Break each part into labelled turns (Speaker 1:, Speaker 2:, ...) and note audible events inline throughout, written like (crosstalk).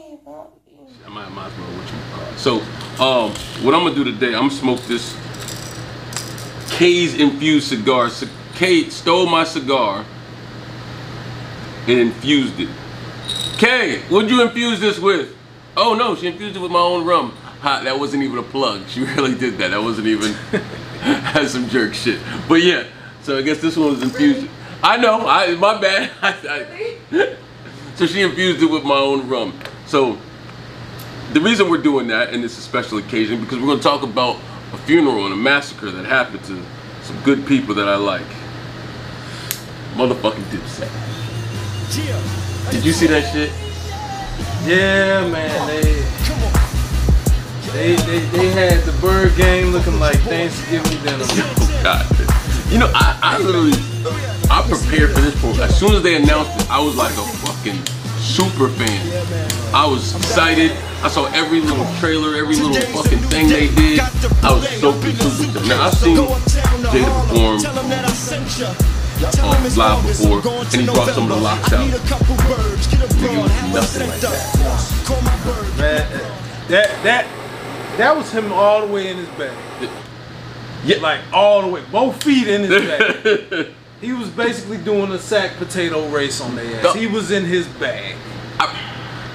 Speaker 1: I might, might as well what you call it. So, um, what I'm gonna do today, I'm gonna smoke this K's infused cigar. C- K stole my cigar and infused it. K, what'd you infuse this with? Oh no, she infused it with my own rum. Ha, that wasn't even a plug. She (laughs) really did that. That wasn't even (laughs) that's some jerk shit. But yeah, so I guess this one was infused. I know. I my bad. (laughs) I, I, so she infused it with my own rum. So the reason we're doing that, and it's a special occasion, because we're going to talk about a funeral and a massacre that happened to some good people that I like. Motherfucking Dipset. Did you see that shit?
Speaker 2: Yeah, man, they they they, they had the bird game looking like Thanksgiving dinner.
Speaker 1: Oh God. You know, I, I literally, I prepared for this program. As soon as they announced it, I was like a fucking super fan. I was excited. I saw every little trailer, every little fucking thing they did. I was so consumed with them. Now I've seen Jada perform (laughs) um, live before, and he brought some of the locks out. Nigga, it was nothing like that.
Speaker 2: Man, that that that was him all the way in his bag.
Speaker 1: Yeah.
Speaker 2: Like all the way, both feet in
Speaker 1: (laughs)
Speaker 2: his bag. he was basically doing a sack potato race on their ass. He was in his bag.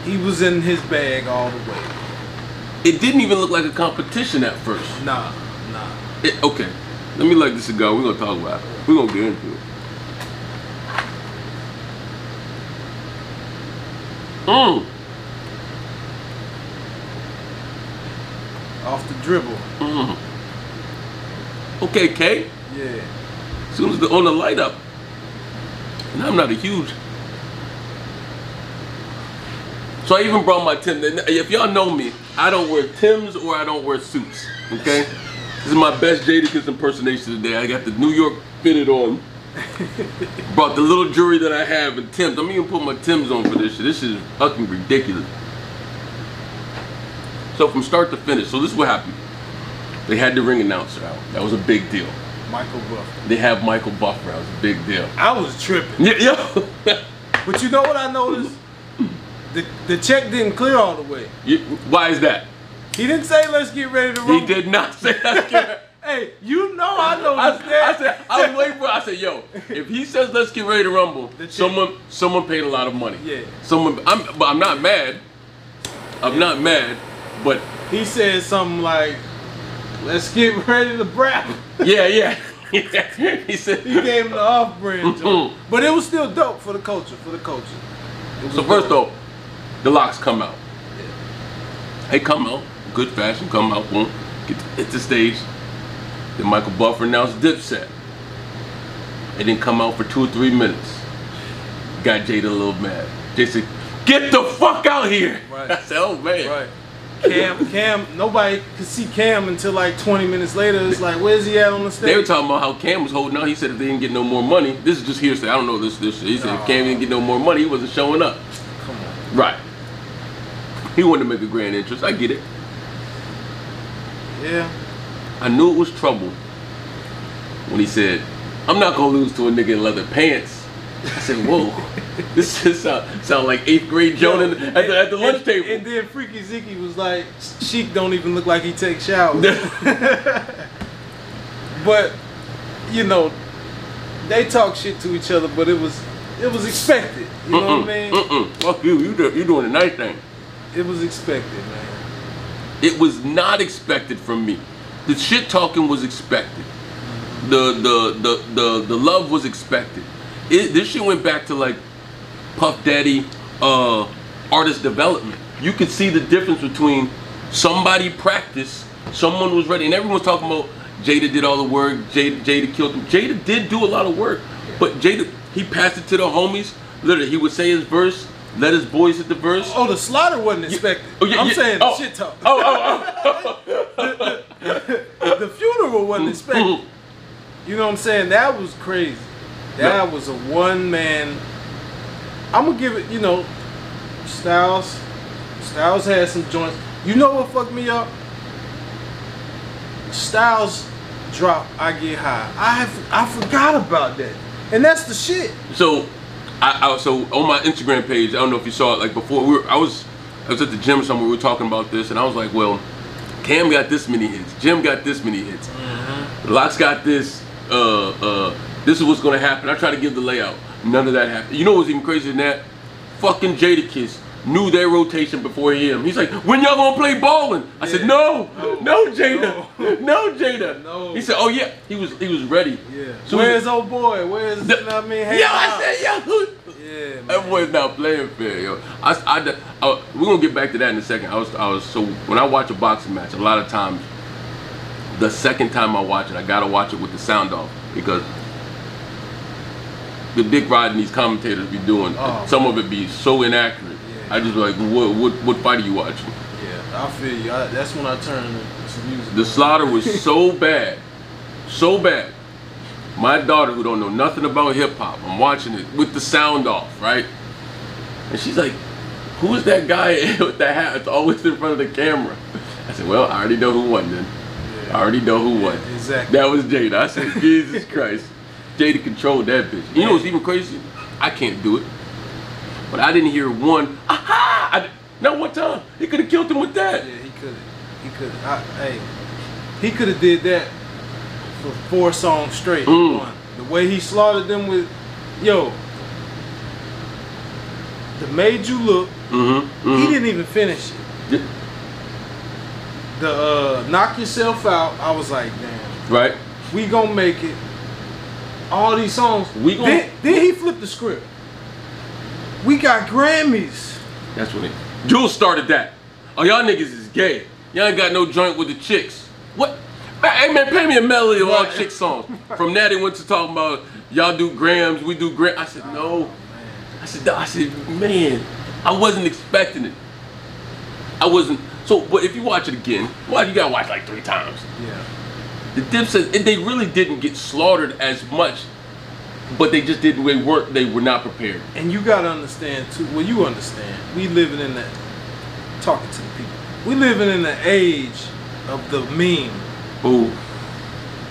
Speaker 2: He was in his bag all the way.
Speaker 1: It didn't even look like a competition at first.
Speaker 2: Nah, nah.
Speaker 1: It, okay, let me light this cigar. We're gonna talk about it. We're gonna get into it. Mm.
Speaker 2: Off the dribble.
Speaker 1: Mm. Okay, Kay.
Speaker 2: Yeah.
Speaker 1: As soon as the on the light up, and I'm not a huge. So I even brought my Tim. If y'all know me, I don't wear Tims or I don't wear suits. Okay, this is my best Jadakiss impersonation today. I got the New York fitted on. brought the little jewelry that I have in Tims. I'm even putting my Tims on for this shit. This is fucking ridiculous. So from start to finish, so this is what happened. They had the ring announcer out. That was a big deal.
Speaker 2: Michael Buff.
Speaker 1: They have Michael Buffer. That was a big deal.
Speaker 2: I was tripping.
Speaker 1: Yeah, yeah.
Speaker 2: But you know what I noticed? The the check didn't clear all the way.
Speaker 1: (laughs) You- Why is that?
Speaker 2: He didn't say let's get ready to
Speaker 1: He
Speaker 2: rumble.
Speaker 1: did not say that's
Speaker 2: (laughs)
Speaker 1: good.
Speaker 2: Hey, you know I know
Speaker 1: I,
Speaker 2: this that.
Speaker 1: I said I was waiting for. I said, "Yo, if he says let's get ready to rumble,
Speaker 2: The chick-
Speaker 1: someone someone paid a lot of money.
Speaker 2: Yeah.
Speaker 1: someone. I'm but I'm not mad. I'm not mad, but
Speaker 2: He said something like, "Let's get (laughs) ready to brap."
Speaker 1: yeah, yeah. (laughs) he said.
Speaker 2: He gave him the off-brand, joint.
Speaker 1: Mhm.
Speaker 2: but it was still dope for the culture. For the culture. It was
Speaker 1: So first
Speaker 2: dope.
Speaker 1: off, the locks come out. They come out, good fashion. Come out, boom, get to, hit the stage. Then Michael Buffer announced Dipset. It didn't come out for two or three minutes. Got Jada a little mad. Jada said, "Get the fuck out here!"
Speaker 2: Right.
Speaker 1: (laughs) I said, "Oh man."
Speaker 2: right. Cam, Cam, nobody could see Cam until like 20 minutes later. It's like, where's he at on the
Speaker 1: They were
Speaker 2: stage?
Speaker 1: talking about how Cam was holding out. He said if they didn't get no more money, this is just hearsay. I don't know this. This he said if Cam didn't get no more money, he wasn't showing up.
Speaker 2: Come on.
Speaker 1: Right. He wanted to make a grand entrance. I get it.
Speaker 2: Yeah.
Speaker 1: I knew it was trouble when he said, "I'm not gonna lose to a nigga in leather pants." I said, "Whoa, (laughs) this shit sound, sound like eighth grade Joan in- at, the, at the lunch
Speaker 2: and,
Speaker 1: table."
Speaker 2: And then Freaky Ziki was like, Sheik don't even look like he takes showers.
Speaker 1: (laughs)
Speaker 2: but you know, they talk shit to each other, but it was it was expected. You know what I
Speaker 1: (laughs)
Speaker 2: mean?
Speaker 1: Mm-mm. Mm. Fuck you. You do, you doing a nice thing.
Speaker 2: It was expected, man.
Speaker 1: It was not expected from me. The shit talking was expected. The the the the, the love was expected. It, this shit went back to like Puff Daddy uh, artist development. You could see the difference between somebody practiced, someone was ready, and everyone's talking about Jada did all the work. Jada Jada killed him. Jada did do a lot of work, but Jada he passed it to the homies. Literally, he would say his verse, let his boys hit the verse.
Speaker 2: Oh, the slaughter wasn't expected.
Speaker 1: Oh, yeah,
Speaker 2: I'm
Speaker 1: yeah.
Speaker 2: saying
Speaker 1: Oh.
Speaker 2: the shit talk.
Speaker 1: Oh, oh, oh.
Speaker 2: (laughs) The funeral wasn't
Speaker 1: (laughs)
Speaker 2: expected.
Speaker 1: Mhm.
Speaker 2: You know what I'm saying? That was crazy. That was a one man. I'm gonna give it. You know, Styles. Styles had some joints. You know what fucked me up? Styles drop. I get high. I have. I forgot about that. And that's the shit.
Speaker 1: So, I, I so on my Instagram page, I don't know if you saw it. Like before, we were, I was I was at the gym somewhere. We were talking about this, and I was like, "Well, Cam got this many hits. Jim got this many hits.
Speaker 2: Mm-hmm.
Speaker 1: Locks got this. Uh, uh, this is what's gonna happen." I tried to give the layout. None of that happened. You know what's even crazier than that? Fucking Jadakiss knew their rotation before him. He's like, "When y'all gonna play ballin'?" I said,
Speaker 2: Yeah.
Speaker 1: "No, no,
Speaker 2: No.
Speaker 1: Jada, no, Jada."
Speaker 2: No.
Speaker 1: He said, "Oh yeah, he was he was ready."
Speaker 2: Yeah.
Speaker 1: So
Speaker 2: Where's old boy? Where's you know what I mean? Hey,
Speaker 1: yo, I said, yo,
Speaker 2: Yeah, man.
Speaker 1: that boy's not playing fair, yo. I, I, I- we're gonna get back to that in a second. I was, I was so when I watch a boxing match, a lot of times, the second time I watch it, I gotta watch it with the sound off because the dick riding these commentators be doing,
Speaker 2: Oh,
Speaker 1: some of it be so inaccurate.
Speaker 2: Yeah.
Speaker 1: I just like, what, what, what fight are you watching?
Speaker 2: Yeah, I feel you. I, that's when I turned to music.
Speaker 1: The slaughter was
Speaker 2: (laughs)
Speaker 1: so bad, so bad. My daughter, who don't know nothing about hip hop, I'm watching it with the sound off, right? And she's like, "Who is that guy (laughs) with the hat? It's always in front of the camera." I said, "Well, I already know who won then. I
Speaker 2: Yeah.
Speaker 1: already know who won.
Speaker 2: Exactly.
Speaker 1: That was Jada." I
Speaker 2: (laughs)
Speaker 1: said, "Jesus Christ, Jada controlled that bitch." You know what's even crazy? I can't do it, but I didn't hear one. Aha! I, not one time. He could have killed him with that.
Speaker 2: Yeah, he could. He could. I- Hey, he could have did that for four songs straight.
Speaker 1: Mm.
Speaker 2: One. The way he slaughtered them with, yo, the made you look.
Speaker 1: Mm-hmm.
Speaker 2: He
Speaker 1: mm-hmm.
Speaker 2: didn't even finish it.
Speaker 1: Yeah,
Speaker 2: The uh, knock yourself out. I was like, damn,
Speaker 1: Right.
Speaker 2: we gonna make it. All these songs.
Speaker 1: We gonna-
Speaker 2: then, then he flipped the script. We got Grammys.
Speaker 1: That's what it. Jules started that. Oh, y'all niggas is gay. Y'all ain't got no joint with the chicks. What? Man, hey man, pay me a melody of all
Speaker 2: Right.
Speaker 1: chick songs. From that, it went to talking about y'all do grams, we do grams. I said no. I said I said man, I wasn't expecting it. I wasn't. So, but if you watch it again, well, you gotta watch like three times.
Speaker 2: Yeah.
Speaker 1: The dip says and they really didn't get slaughtered as much, but they just didn't. They weren't. They were not prepared.
Speaker 2: And you gotta understand too. Well, you understand. We living in the talking to the people. We living in the age of the meme.
Speaker 1: Ooh.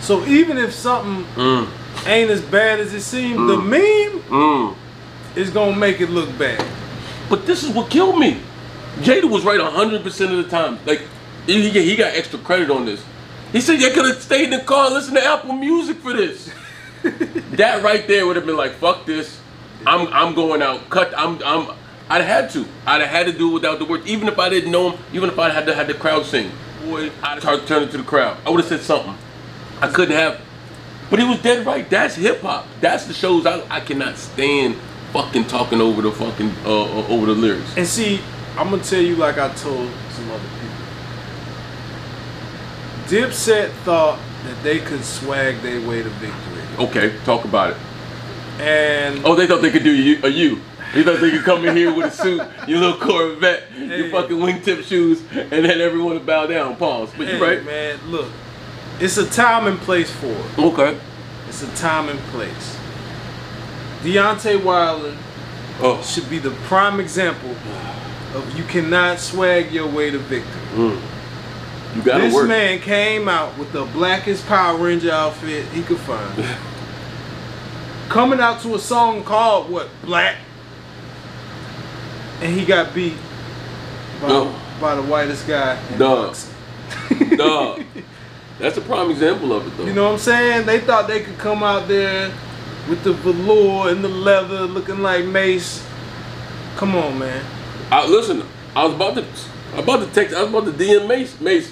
Speaker 2: So even if something
Speaker 1: Mm.
Speaker 2: ain't as bad as it seemed, the meme
Speaker 1: Mm.
Speaker 2: is gonna make it look bad.
Speaker 1: But this is what killed me. Jada was right 100% of the time. Like, he, he- he got extra credit on this. He said, you could have stayed in the car and listened to Apple Music for this. that right there would have been like, fuck this. I'm I'm going out. Cut. I'm I'm. I'd had to. I'd have had to do it without the words. Even if I didn't know him. Even if I had to had the crowd sing. Boy, I'd have turned it to the crowd. I would have said something. I couldn't have. But he was dead right. That's hip hop. That's the shows I I cannot stand. Fucking talking over the fucking uh, uh, over the lyrics.
Speaker 2: And see, I'm gonna tell you like I told some other people. Dipset thought that they could swag their way to victory,
Speaker 1: Okay, talk about it.
Speaker 2: and
Speaker 1: Oh, they thought they could do you. A you. They thought they could come in here with a suit, your little Corvette, your
Speaker 2: Hey.
Speaker 1: fucking wingtip shoes, and then everyone would bow down. Pause. But
Speaker 2: hey,
Speaker 1: you right.
Speaker 2: man, look, it's a time and place for it.
Speaker 1: Okay.
Speaker 2: It's a time and place. Deontay Wilder
Speaker 1: Oh.
Speaker 2: should be the prime example of you cannot swag your way to victory.
Speaker 1: You gotta
Speaker 2: this
Speaker 1: Mm-hmm. work.
Speaker 2: man came out with the blackest Power Ranger outfit he
Speaker 1: (laughs)
Speaker 2: could find. Coming out to a song called what? Black. And he got beat by,
Speaker 1: No.
Speaker 2: by the whitest guy. in
Speaker 1: Dog.
Speaker 2: boxing.
Speaker 1: Dog. That's a prime example of it, though.
Speaker 2: You know what I'm saying? They thought they could come out there with the velour and the leather looking like Mace. Come on, man.
Speaker 1: I, listen, I was about to, I was about to text, I was about to DM Mace. Mace,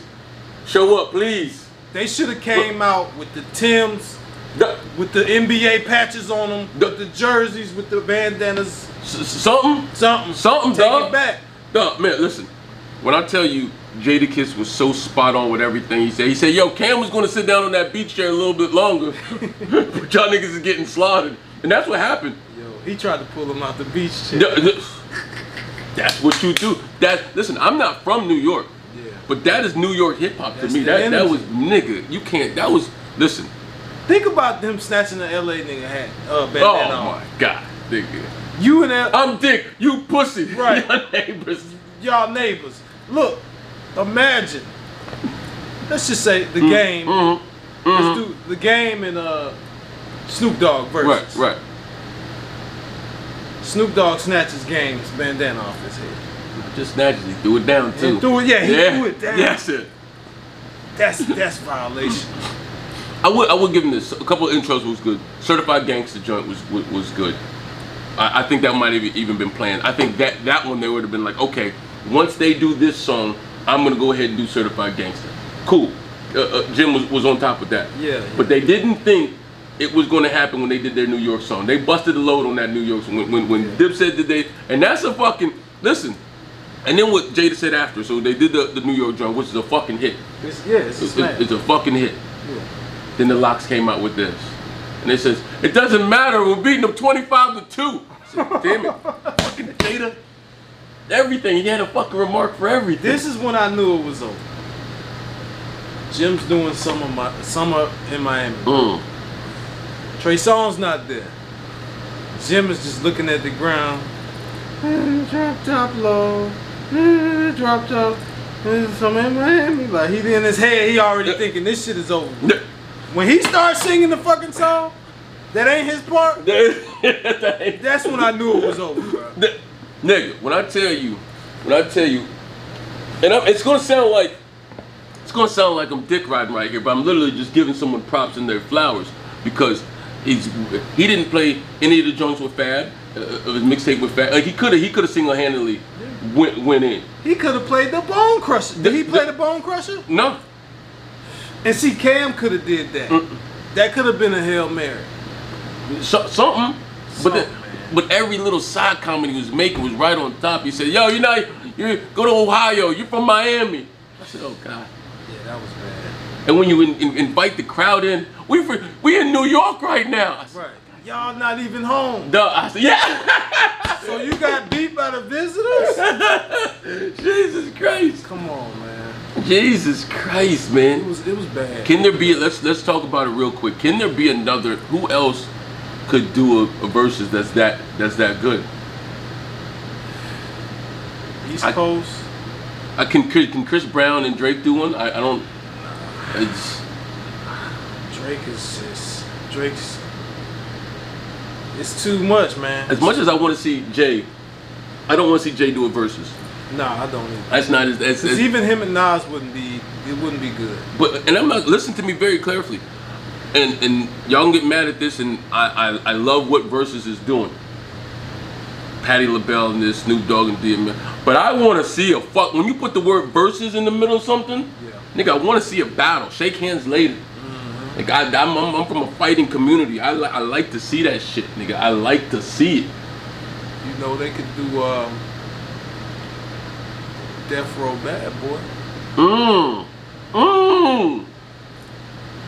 Speaker 1: show up, please.
Speaker 2: They should have came out with the Tims,
Speaker 1: Th-
Speaker 2: with the NBA patches on them,
Speaker 1: The-
Speaker 2: with the jerseys, with the bandanas,
Speaker 1: s- s- something,
Speaker 2: something.
Speaker 1: something,
Speaker 2: Take
Speaker 1: dog.
Speaker 2: it back.
Speaker 1: Dog, man, listen. When I tell you, Jadakiss was so spot on with everything he said. He said, "Yo, Cam was gonna sit down on that beach chair a little bit longer, (laughs) but y'all niggas is getting slaughtered," and that's what happened.
Speaker 2: Yo, he tried to pull him out the beach chair.
Speaker 1: Th- th- That's what you do. That listen, I'm not from New York,
Speaker 2: Yeah.
Speaker 1: but that is New York hip hop to
Speaker 2: That's
Speaker 1: me.
Speaker 2: their
Speaker 1: That that
Speaker 2: energy.
Speaker 1: was nigga. You can't. That was listen.
Speaker 2: Think about them snatching the LA nigga hat, uh,
Speaker 1: Oh
Speaker 2: bandana off.
Speaker 1: my god, nigga.
Speaker 2: You and that,
Speaker 1: I'm dick, you pussy. (laughs)
Speaker 2: Right.
Speaker 1: Your neighbors.
Speaker 2: y'all neighbors. Look, imagine. Let's just say the game.
Speaker 1: Mhm.
Speaker 2: Let's do the game and uh, Snoop Dogg
Speaker 1: Right,
Speaker 2: versus.
Speaker 1: right.
Speaker 2: Snoop Dogg snatches games bandana off his head.
Speaker 1: Not just snatches. He threw it down too.
Speaker 2: He threw it- yeah, he threw it down.
Speaker 1: Yes, sir.
Speaker 2: That's that's violation.
Speaker 1: I would I would give him this. A couple of intros was good. Certified Gangster joint was was, was good. I, I think that might have even been planned. I think that that one they would have been like, okay, once they do this song, I'm gonna go ahead and do Certified Gangster. Cool. Uh, uh, Jim was, was on top of that.
Speaker 2: Yeah,
Speaker 1: But they didn't think it was gonna happen when they did their New York song. They busted the load on that New York song when when, when Dipset did they, and that's a fucking listen. And then what Jada said after, so they did the, the New York joint, which is a fucking hit.
Speaker 2: It's, yeah, it's a
Speaker 1: It's, it's-
Speaker 2: smack.
Speaker 1: it's a fucking hit.
Speaker 2: Yeah.
Speaker 1: Then the locks came out with this. And they says, it doesn't matter, we're beating them 25 to 2. I said, Damn it. fucking data. Everything. He had a fucking remark for everything.
Speaker 2: This is when I knew it was over. Jim's doing some of my summer in Miami.
Speaker 1: Mm. (laughs)
Speaker 2: Trey Songz not there. Jim is just looking at the ground. (laughs) Drop top low. (laughs) Drop top. Some in Miami. Like he in his head, he already thinking this shit is over. When he starts singing the fucking song, that ain't his part. That's when I knew it was over, bro.
Speaker 1: N- nigga, when I tell you, when I tell you, and I'm, it's gonna sound like it's gonna sound like I'm dick riding right here, but I'm literally just giving someone props and their flowers because he's he didn't play any of the joints with Fab, uh, of his mixtape with Fab. Like he could have he could have single handedly went went in.
Speaker 2: He could have played the Bone Crusher. Did he
Speaker 1: The-
Speaker 2: play
Speaker 1: the-
Speaker 2: the Bone Crusher?
Speaker 1: No,
Speaker 2: And see, Cam could have did that. That could have been a hail mary.
Speaker 1: so, something. But the,
Speaker 2: Something, man.
Speaker 1: but every little side comment he was making was right on top. He said, "Yo, you know, you go to Ohio. You're from Miami." I said, "Oh God."
Speaker 2: Yeah, that was bad.
Speaker 1: And when you in, in, invite the crowd in, we for, we in New York right now. I said,
Speaker 2: Right. Y'all not even home.
Speaker 1: Duh. I said, yeah. (laughs)
Speaker 2: So you got beat by the visitors?
Speaker 1: Jesus Christ.
Speaker 2: Come on, man.
Speaker 1: Jesus Christ,
Speaker 2: It
Speaker 1: man.
Speaker 2: was it was bad.
Speaker 1: Can there be? Let's let's talk about it real quick. Can there be another? Who else could do a, a versus that's that that's that good?
Speaker 2: East
Speaker 1: I-
Speaker 2: Coast.
Speaker 1: I Uh, can can Chris Brown and Drake do one? I, I don't. It's,
Speaker 2: Drake is just Drake's. It's too much, man.
Speaker 1: as much as I want to see Jay, I don't want to see Jay do a versus.
Speaker 2: Nah, I don't. Either.
Speaker 1: That's not as. as,
Speaker 2: Cause
Speaker 1: as
Speaker 2: even him and Nas wouldn't be. It wouldn't be good.
Speaker 1: But and I'm not listen to me very carefully. And and y'all can get mad at this and I I, I love what Versus is doing. Patty LaBelle and this Snoop Dogg and DMX. But I wanna see a fuck when you put the word versus in the middle of something,
Speaker 2: Yeah. Mm-hmm.
Speaker 1: nigga, I wanna see a battle. Shake hands later. Like I, I'm, I'm, I'm from a fighting community. I, li- I like to see that shit, nigga. I like to see it.
Speaker 2: You know they could do um, Death Row Bad Boy.
Speaker 1: Mmm. Mmm.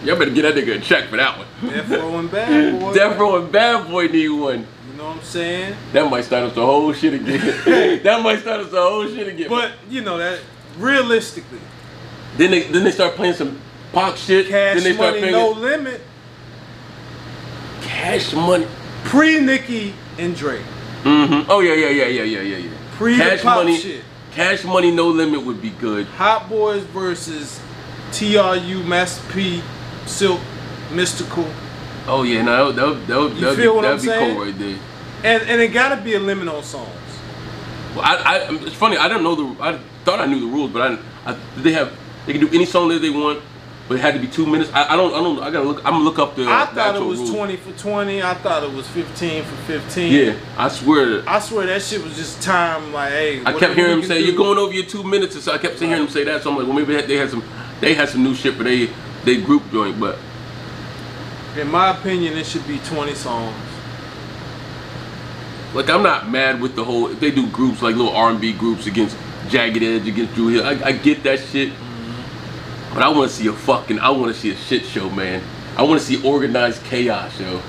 Speaker 1: Y'all better get that nigga a check for that one.
Speaker 2: Death Row and Bad
Speaker 1: (laughs)
Speaker 2: Boy.
Speaker 1: Death Row and Bad Boy need one.
Speaker 2: You know what I'm saying?
Speaker 1: That might start us the whole shit
Speaker 2: (laughs)
Speaker 1: again. that might start us the whole shit again.
Speaker 2: But you know that realistically,
Speaker 1: then they then they start playing some pop shit.
Speaker 2: cash
Speaker 1: then they start
Speaker 2: money,
Speaker 1: playing
Speaker 2: no limit.
Speaker 1: cash money.
Speaker 2: Pre Nicki and Drake.
Speaker 1: hmm Oh yeah yeah yeah yeah yeah yeah yeah.
Speaker 2: Pre the
Speaker 1: cash
Speaker 2: pop
Speaker 1: money.
Speaker 2: shit.
Speaker 1: Cash money no limit would be good.
Speaker 2: Hot Boys versus TRU, Master P, Silk, Mystical,
Speaker 1: Oh yeah, no, that would, that would,
Speaker 2: You
Speaker 1: that would be,
Speaker 2: feel what
Speaker 1: that'd
Speaker 2: I'm
Speaker 1: be
Speaker 2: saying?
Speaker 1: cool right there.
Speaker 2: and and it gotta be a limit on songs.
Speaker 1: Well, I, I I'm- it's funny. I don't know the. I thought I knew the rules, but I, I they have they can do any song that they want, but it had to be two minutes. I, I don't I don't I gotta look. I'm gonna look up the.
Speaker 2: I
Speaker 1: the
Speaker 2: thought it
Speaker 1: actual
Speaker 2: was
Speaker 1: rules.
Speaker 2: twenty for twenty. I thought it was fifteen for fifteen.
Speaker 1: Yeah, I swear.
Speaker 2: I swear that shit was just time. Like, hey,
Speaker 1: I
Speaker 2: whatever
Speaker 1: kept hearing
Speaker 2: we
Speaker 1: him
Speaker 2: can
Speaker 1: say,
Speaker 2: do.
Speaker 1: "You're going over your two minutes," and so I kept hearing him say that. So I'm like, "Well, maybe they had- they had some, they had some new shit for they they group joint." But
Speaker 2: In my opinion, it should be twenty songs.
Speaker 1: like, I'm not mad with the whole. If they do groups like little R&B groups against Jagged Edge against Drew Hill, I, I get that shit. But I want to see a fucking, I want to see a shit show, man. I want to see organized chaos, yo.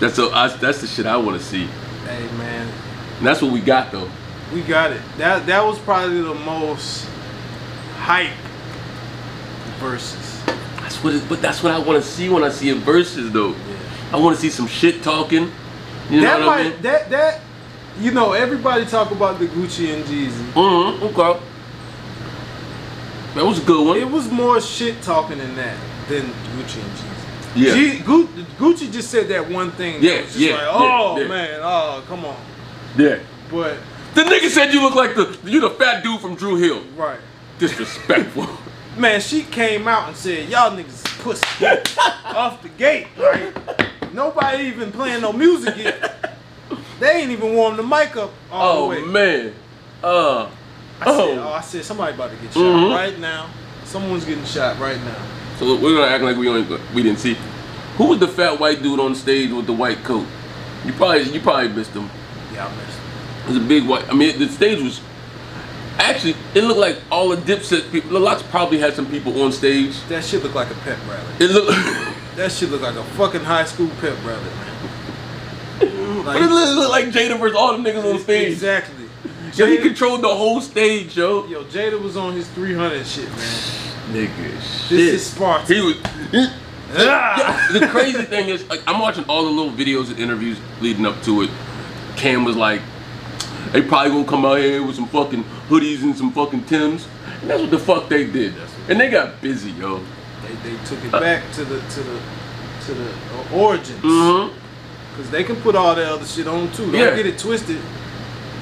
Speaker 1: That's a, I, that's the shit I want to see,
Speaker 2: Hey, man,
Speaker 1: and that's what we got though.
Speaker 2: we got it. That that was probably the most hype versus.
Speaker 1: That's what, it, but that's what I want to see when I see it versus though. I want to see some shit talking. You know
Speaker 2: that
Speaker 1: what
Speaker 2: might
Speaker 1: I mean?
Speaker 2: that that you know everybody talk about the Gucci and Jeezy.
Speaker 1: Mm-hmm. Okay. That was a good
Speaker 2: It
Speaker 1: one.
Speaker 2: was more shit talking than that than Gucci and Jeezy.
Speaker 1: Yeah.
Speaker 2: G- Gu- Gucci just said that one thing. that
Speaker 1: Yeah,
Speaker 2: was just
Speaker 1: yeah,
Speaker 2: Like,
Speaker 1: yeah,
Speaker 2: oh
Speaker 1: yeah.
Speaker 2: man, oh come on.
Speaker 1: yeah.
Speaker 2: But
Speaker 1: The nigga said you look like the you the fat dude from Drew Hill.
Speaker 2: Right. (laughs)
Speaker 1: Disrespectful.
Speaker 2: Man, she came out and said, Y'all niggas is pussy. Off the gate. Like, nobody even playing no
Speaker 1: (laughs)
Speaker 2: music yet. They ain't even warmed the mic up all
Speaker 1: oh
Speaker 2: the way.
Speaker 1: man. Uh.
Speaker 2: I said, oh,
Speaker 1: Oh.
Speaker 2: I said somebody about to get shot
Speaker 1: Mhm.
Speaker 2: right now. Someone's getting shot right now.
Speaker 1: So look, we're gonna act like we don't, we didn't see. Who was the fat white dude on stage with the white coat? You probably you probably missed him.
Speaker 2: Yeah, I missed. it.
Speaker 1: It was a big white. I mean, the stage was actually. It looked like all the Dipset people. Lots probably had some people on stage.
Speaker 2: That shit look like a pep rally.
Speaker 1: It looked, (laughs)
Speaker 2: That shit look like a fucking high school pep rally, man.
Speaker 1: but it looked, it looked like Jada versus all the niggas on stage.
Speaker 2: Exactly.
Speaker 1: Yo, he
Speaker 2: Jada-
Speaker 1: controlled the whole stage, yo.
Speaker 2: Yo, Jada was on his 300 shit, man.
Speaker 1: Nigga, shit.
Speaker 2: is Spartan.
Speaker 1: He was.
Speaker 2: Ah!
Speaker 1: the crazy (laughs) thing is, like, I'm watching all the little videos and interviews leading up to it. Cam was like, they probably gonna come out here with some fucking hoodies and some fucking Tims. And that's what the fuck they did. And they got busy, yo.
Speaker 2: They, they took it back to the to the to the uh, origins,
Speaker 1: Mm-hmm.
Speaker 2: cause they can put all that other shit on too. Don't
Speaker 1: Yeah.
Speaker 2: get it twisted.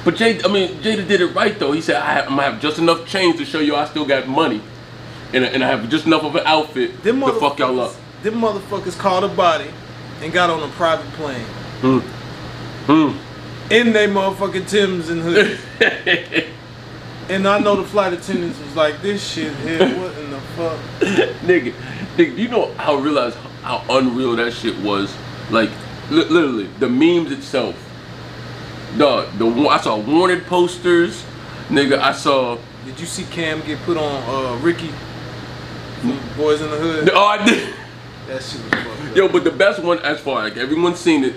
Speaker 1: But Jada, I mean, Jada did it right though. He said, I have, I'm gonna have just enough change to show you I still got money. And, and I have just enough of an outfit
Speaker 2: Them
Speaker 1: to
Speaker 2: motherfuckers,
Speaker 1: fuck y'all up.
Speaker 2: Them motherfuckers caught a body and got on a private plane
Speaker 1: Mm. Mm.
Speaker 2: in they motherfucking Timbs and
Speaker 1: (laughs)
Speaker 2: hoodies. and I know the flight attendants was like, "This shit
Speaker 1: (laughs)
Speaker 2: here, what in the fuck?"
Speaker 1: nigga, nigga, you know how realize how unreal that shit was. Like, li- literally, the memes itself. The the wa- I saw wanted posters, nigga. I saw. (laughs)
Speaker 2: Did you see Cam get put on uh, Ricky from Boys in the Hood?
Speaker 1: Oh, I did.
Speaker 2: That shit was fucked up.
Speaker 1: Yo, but the best one as far like everyone's seen it.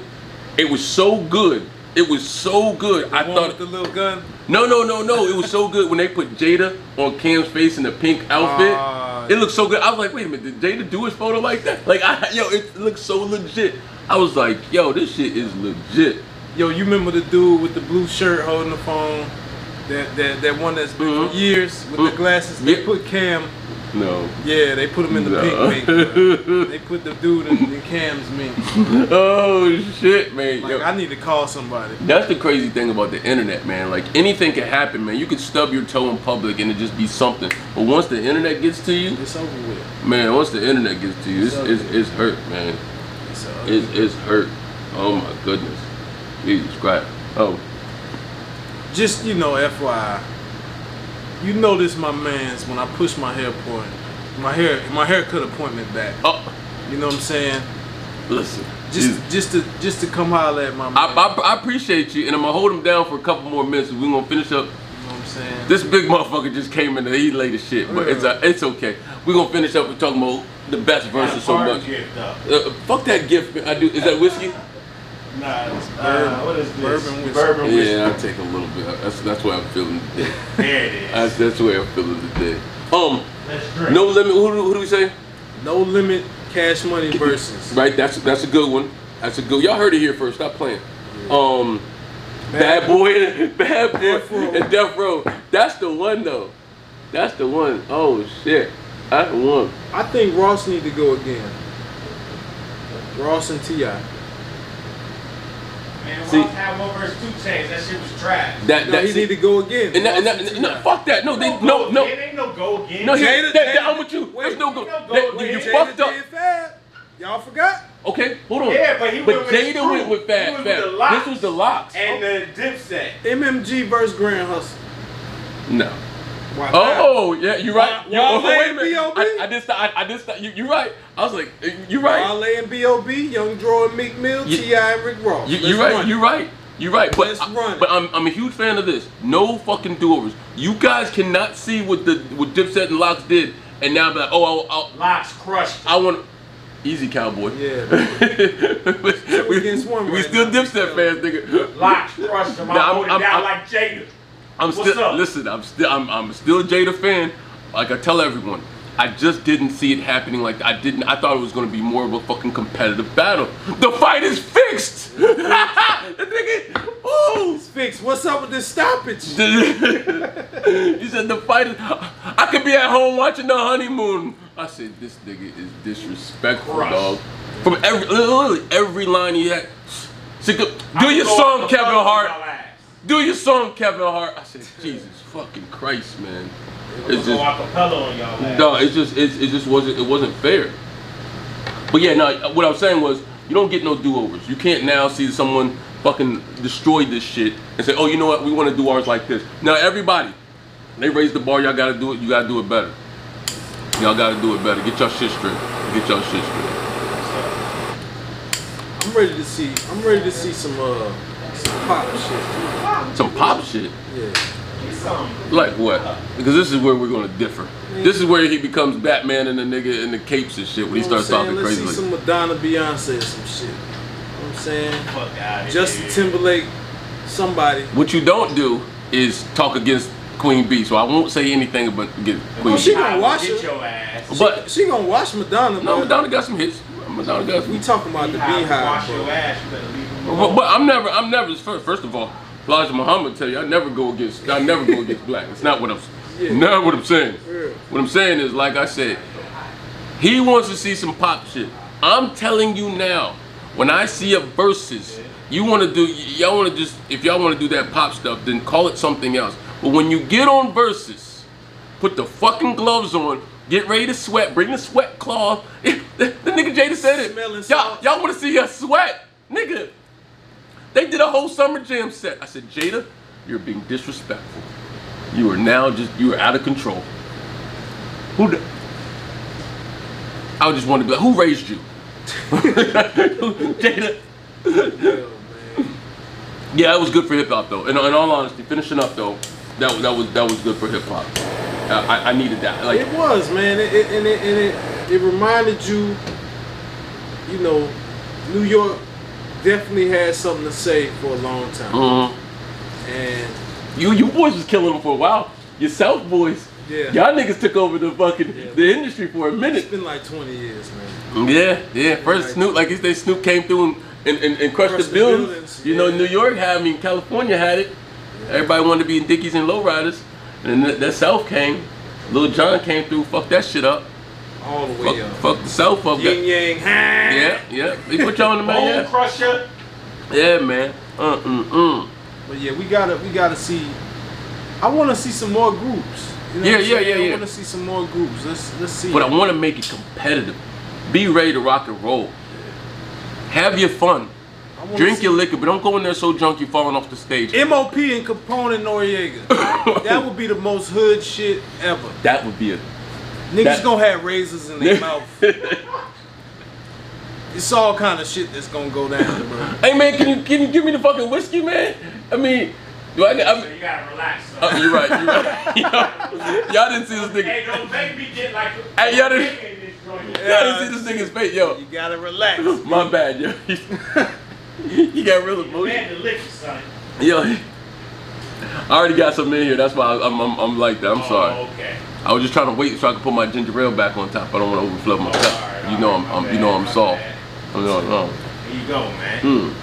Speaker 1: It was so good. It was so good. I
Speaker 2: The one
Speaker 1: thought
Speaker 2: with the little gun.
Speaker 1: no, no, no, no. It was so good when they put Jada on Cam's face in the pink outfit.
Speaker 2: Ah.
Speaker 1: it looked so good. I was like, wait a minute, did Jada do his photo like that? Like, I, yo, it looks so legit. I was like, yo, this shit is legit.
Speaker 2: Yo, you remember the dude with the blue shirt holding the phone? That that, that one that's been
Speaker 1: Mhm.
Speaker 2: for years with
Speaker 1: Mhm.
Speaker 2: the glasses. They
Speaker 1: Yeah.
Speaker 2: put Cam.
Speaker 1: No. (laughs)
Speaker 2: Yeah, they put him in the
Speaker 1: No.
Speaker 2: pink mink. bro. they put the dude in, in Cam's
Speaker 1: (laughs)
Speaker 2: mink.
Speaker 1: Oh shit, man.
Speaker 2: Like
Speaker 1: Yo,
Speaker 2: I need to call somebody.
Speaker 1: that's the crazy thing about the internet, man. Like anything can happen, man. You could stub your toe in public and it just be something. But once the internet gets to you,
Speaker 2: It's over with.
Speaker 1: man, once the internet gets to you, it's it's, it's hurt, man.
Speaker 2: It's uh, over.
Speaker 1: It's it's hurt. Oh my goodness. Jesus Christ. Oh.
Speaker 2: Just you know, FYI. You notice my man's when I push my hair point, my hair my haircut appointment back.
Speaker 1: Oh
Speaker 2: You know what I'm saying?
Speaker 1: listen.
Speaker 2: Just
Speaker 1: Jesus.
Speaker 2: just to just to come holler at my man.
Speaker 1: I, I, I appreciate you, and I'm gonna hold him down for a couple more minutes. and We're gonna finish up.
Speaker 2: you know what I'm saying?
Speaker 1: This big motherfucker just came in and he laid the shit, but it's uh, it's okay. We're gonna finish up with talking about the best versus so
Speaker 3: Hard
Speaker 1: much.
Speaker 3: gift up.
Speaker 1: Uh, fuck that gift. man. I do. Is that whiskey?
Speaker 3: Nah, it's
Speaker 2: bourbon.
Speaker 3: uh, what is this?
Speaker 2: Bourbon whiskey.
Speaker 3: Bourbon whiskey.
Speaker 1: Yeah, I take a little bit. That's that's why I'm feeling today.
Speaker 3: There it is.
Speaker 1: That's that's why I'm feeling today. Um,
Speaker 3: Let's drink.
Speaker 1: no limit. Who, do- who do we say?
Speaker 2: No limit cash money
Speaker 1: (laughs)
Speaker 2: versus
Speaker 1: Right. That's that's a good one. That's a good. Y'all heard it here first. Stop playing. Um, bad boy, bad
Speaker 2: Death
Speaker 1: boy,
Speaker 2: Row.
Speaker 1: and death row. That's the one though. That's the one. Oh shit. That's the one.
Speaker 2: I think Ross need to go again. Ross and Ti.
Speaker 3: Man,
Speaker 1: See-
Speaker 3: see, had one versus two chains. That shit was trash.
Speaker 1: That
Speaker 2: No,
Speaker 1: that
Speaker 2: he need to go again.
Speaker 1: And that, and
Speaker 2: Ross
Speaker 1: that,
Speaker 2: and
Speaker 1: no,
Speaker 2: T.I..
Speaker 1: fuck that. No, they, no,
Speaker 3: go
Speaker 1: no.
Speaker 3: Again. Ain't no go again.
Speaker 1: No, yeah,
Speaker 2: Jada-
Speaker 1: that, that,
Speaker 2: Jada-
Speaker 1: I'm with you. There's
Speaker 2: wait,
Speaker 1: no go.
Speaker 3: no go
Speaker 1: that- you
Speaker 3: again.
Speaker 1: you
Speaker 2: Jada
Speaker 1: fucked up.
Speaker 2: did Fab. Y'all forgot?
Speaker 1: Okay, hold on.
Speaker 3: Yeah, but he went with his
Speaker 1: Jada went
Speaker 3: crew.
Speaker 1: with Fab.
Speaker 3: He was
Speaker 1: Fab.
Speaker 3: with the locks.
Speaker 1: This was the locks.
Speaker 3: And the dipset.
Speaker 2: MMG versus Grand Hustle.
Speaker 1: no.
Speaker 2: Why
Speaker 1: Oh, yeah, you're right.
Speaker 2: Wale-
Speaker 1: You- oh, wait a
Speaker 2: Wale
Speaker 1: minute.
Speaker 2: B.O.B.?
Speaker 1: I, I just, I, I just, you, you're right. I was like, eh, you're
Speaker 2: not?
Speaker 1: right.
Speaker 2: Wale and B.O.B., Young Dro and Meek Mill,
Speaker 1: You-
Speaker 2: T.I. and Rick Ross.
Speaker 1: You,
Speaker 2: Let's
Speaker 1: you're right.
Speaker 2: run it.
Speaker 1: You're right. You're right. But,
Speaker 2: Let's
Speaker 1: I-
Speaker 2: run it.
Speaker 1: but I'm, I'm a huge fan of this. No fucking do-overs. You guys cannot see what the what Dipset and Locks did, and now be like, oh, I'll,
Speaker 3: Locks crushed.
Speaker 1: I'll, I want easy cowboy.
Speaker 2: Yeah.
Speaker 1: (laughs) we
Speaker 2: against one
Speaker 1: we
Speaker 2: right
Speaker 1: still
Speaker 2: now.
Speaker 1: Dipset fans, nigga.
Speaker 3: Locks crushed him.
Speaker 1: Nah,
Speaker 3: I
Speaker 1: I'm-
Speaker 3: voted
Speaker 1: I'm- I'm-
Speaker 3: down like Jada.
Speaker 1: I'm
Speaker 3: What's
Speaker 1: still
Speaker 3: up?
Speaker 1: listen. I'm still I'm, I'm still a Jada fan. Like I tell everyone, I just didn't see it happening. Like I didn't. I thought it was gonna be more of a fucking competitive battle. The fight is fixed. (laughs) the nigga. Ooh.
Speaker 2: Fix, what's up with this
Speaker 1: (laughs)
Speaker 2: stoppage?
Speaker 1: you said the fight is. I could be at home watching the honeymoon. I said this nigga is disrespectful,
Speaker 3: Crushed.
Speaker 1: dog. From every literally every line he had. Sick of- Do
Speaker 3: I'm
Speaker 1: your
Speaker 3: throwing
Speaker 1: song,
Speaker 3: the
Speaker 1: Kevin
Speaker 3: fuck out
Speaker 1: Hart.
Speaker 3: y'all ass.
Speaker 1: do your song, Kevin Hart. I said, Jesus fucking Christ, man. It's
Speaker 3: Go
Speaker 1: just
Speaker 3: acapella on y'all ass.
Speaker 1: no, it's just it's, it just wasn't it wasn't fair. But yeah, no, what I was saying was you don't get no do overs. You can't now see someone fucking destroy this shit and say, oh, you know what, we want to do ours like this. Now everybody, they raise the bar. Y'all gotta do it. You gotta do it better. Y'all gotta do it better. Get your shit straight. Get your shit straight.
Speaker 2: I'm ready to see. I'm ready to see some uh some pop shit.
Speaker 1: Some pop shit.
Speaker 2: Yeah.
Speaker 3: Get some.
Speaker 1: Like what? Because this is where we're gonna differ. This is where he becomes Batman and the nigga in the capes and shit when he
Speaker 2: You know what I'm
Speaker 1: starts
Speaker 2: saying?
Speaker 1: talking
Speaker 2: Let's
Speaker 1: crazy.
Speaker 2: see
Speaker 1: Like,
Speaker 2: some Madonna, Beyonce, or some shit. You know what I'm saying
Speaker 3: Fuck out
Speaker 2: Justin Timberlake, somebody.
Speaker 1: What you don't do is talk against Queen B, so I won't say anything about against Queen
Speaker 2: Well, she
Speaker 1: B.
Speaker 2: gonna watch
Speaker 3: Get
Speaker 2: it.
Speaker 3: your ass.
Speaker 1: But
Speaker 2: She gonna watch Madonna.
Speaker 1: no,
Speaker 2: but
Speaker 1: Madonna got some hits. Madonna got
Speaker 2: We
Speaker 1: some.
Speaker 2: talking about the
Speaker 3: Beehive, Wash
Speaker 2: Beehive.
Speaker 3: your
Speaker 2: Bro.
Speaker 3: ass. You better leave him
Speaker 1: But,
Speaker 3: alone.
Speaker 1: but I'm never, I'm never. First, first of all, Elijah Muhammad tell you, I never go against, I never go against (laughs) black. It's not what I'm,
Speaker 2: Yeah.
Speaker 1: not what I'm saying.
Speaker 2: Yeah.
Speaker 1: What I'm saying is, like I said, he wants to see some pop shit. I'm telling you now, when I see a versus, you want to do, y- y'all want to just, if y'all want to do that pop stuff, then call it something else. But when you get on versus, put the fucking gloves on, get ready to sweat, bring the sweat cloth. (laughs) the nigga Jada said
Speaker 2: Smelling
Speaker 1: it. Y'all,
Speaker 2: salts.
Speaker 1: y'all want to see us sweat, nigga. They did a whole summer jam set. I said, Jada, you're being disrespectful. You are now just you are out of control. Who? The, I just want to be like, who raised you? (laughs) Jada.
Speaker 2: Hell, man.
Speaker 1: Yeah, it was good for hip hop though. In, in all honesty, finishing up though, that was that was that was good for hip hop. I, I- I needed that. Like,
Speaker 2: It was, man. It, it, and it, and it, it reminded you, you know, New York definitely had something to say for a long time.
Speaker 1: mhm.
Speaker 2: And
Speaker 1: you you boys was killing them for a while. Yourself boys.
Speaker 2: Yeah.
Speaker 1: Y'all niggas took over the fucking
Speaker 2: Yeah.
Speaker 1: the industry for a minute.
Speaker 2: it's been like 20 years, man.
Speaker 1: Yeah, yeah. First
Speaker 2: Like-
Speaker 1: Snoop, like you say, Snoop came through and, and, and, and crushed
Speaker 2: Crushed
Speaker 1: the
Speaker 2: the
Speaker 1: buildings.
Speaker 2: buildings,
Speaker 1: You know,
Speaker 2: yeah.
Speaker 1: New York had me, California had it. Everybody wanted to be in Dickies and lowriders, and then that, that South came. Lil John came through, fucked that shit up.
Speaker 2: All the
Speaker 1: Fuck,
Speaker 2: way up.
Speaker 1: fuck the South up.
Speaker 2: Yin Yang, ha!
Speaker 1: yeah, yeah. They put y'all on the
Speaker 3: Bone (laughs)
Speaker 1: man.
Speaker 3: crusher.
Speaker 1: Yeah, yeah, man. Uh, mm, mm.
Speaker 2: But yeah, we gotta, we gotta see. I want to see some more groups. You know
Speaker 1: Yeah,
Speaker 2: what I'm
Speaker 1: yeah,
Speaker 2: saying?
Speaker 1: yeah,
Speaker 2: I
Speaker 1: yeah.
Speaker 2: want to see some more groups. Let's let's see.
Speaker 1: But I want to make it competitive. Be ready to rock and roll. Have your fun.
Speaker 2: I wanna
Speaker 1: Drink
Speaker 2: see
Speaker 1: your liquor, but don't go in there so drunk you're falling off the stage.
Speaker 2: MOP and Capone and Noriega.
Speaker 1: (laughs)
Speaker 2: that would be the most hood shit ever.
Speaker 1: that would be a
Speaker 2: Niggas
Speaker 1: That-
Speaker 2: gonna have razors
Speaker 1: (laughs)
Speaker 2: in their mouth. It's all kind of shit that's gonna go down, bro.
Speaker 1: Hey man, can you can you give me the fucking whiskey, man? I mean, do I?
Speaker 3: So
Speaker 1: I'm,
Speaker 3: Oh, you gotta relax. son.
Speaker 1: oh, you're right. You're right. (laughs) y'all, y'all didn't see this nigga.
Speaker 3: Hey, don't make me get like. a-
Speaker 1: Hey, y'all didn't-
Speaker 3: in this joint.
Speaker 1: Y'all didn't see this nigga's face, yo.
Speaker 2: You gotta relax.
Speaker 1: My bad, yo. (laughs) he got real emotional,
Speaker 3: Man, the liquor, son.
Speaker 1: yo. I already got something in here. That's why I'm I'm, I'm like that. I'm
Speaker 3: Oh,
Speaker 1: sorry.
Speaker 3: Okay.
Speaker 1: I was just trying to wait so I could put my ginger ale back on top. I don't want to overflow my
Speaker 3: Oh, all
Speaker 1: cup.
Speaker 3: right,
Speaker 1: You know
Speaker 3: all
Speaker 1: I'm,
Speaker 3: right, my
Speaker 1: I'm you know
Speaker 3: bad,
Speaker 1: I'm
Speaker 3: my
Speaker 1: soft.
Speaker 3: bad.
Speaker 1: I know I'm wrong.
Speaker 3: Here you go, man.
Speaker 1: Mm.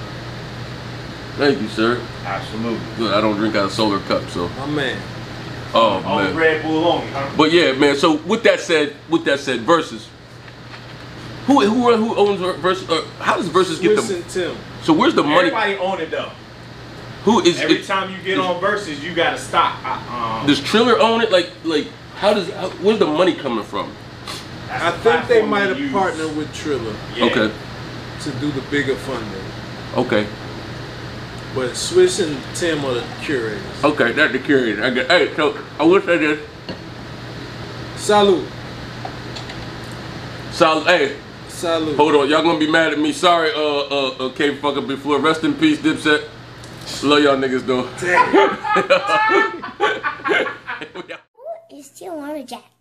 Speaker 1: Thank you, sir.
Speaker 3: Absolutely.
Speaker 1: Good. I don't drink out of solar cup, so.
Speaker 2: My man.
Speaker 1: Oh
Speaker 3: All
Speaker 1: man.
Speaker 3: Red Bull on you, huh?
Speaker 1: But yeah, man. So with that said, with that said, versus who who who owns versus? Uh, how does versus get
Speaker 2: Swiss
Speaker 1: the?
Speaker 2: and Tim.
Speaker 1: So where's the money?
Speaker 3: Everybody own it though.
Speaker 1: Who is
Speaker 3: Every
Speaker 1: it-
Speaker 3: time you get on verses, you gotta stop. I, um,
Speaker 1: Does Triller own it? Like like how does how, where's the money coming from?
Speaker 3: that's
Speaker 2: I
Speaker 3: the
Speaker 2: think they
Speaker 3: platform
Speaker 2: might
Speaker 3: we use.
Speaker 2: have partnered with Triller
Speaker 3: Yeah.
Speaker 1: Okay,
Speaker 2: to do the bigger funding.
Speaker 1: okay,
Speaker 2: But Swiss and Tim are the curators.
Speaker 1: okay. That's the curator. I got, hey, so I will say this.
Speaker 2: Salute.
Speaker 1: So hey,
Speaker 2: Salute.
Speaker 1: hold on, y'all gonna be mad at me. Sorry, uh, uh, uh K fucker before. Rest in peace, Dipset. Love y'all niggas though.
Speaker 2: Damn.
Speaker 4: You still want a jack.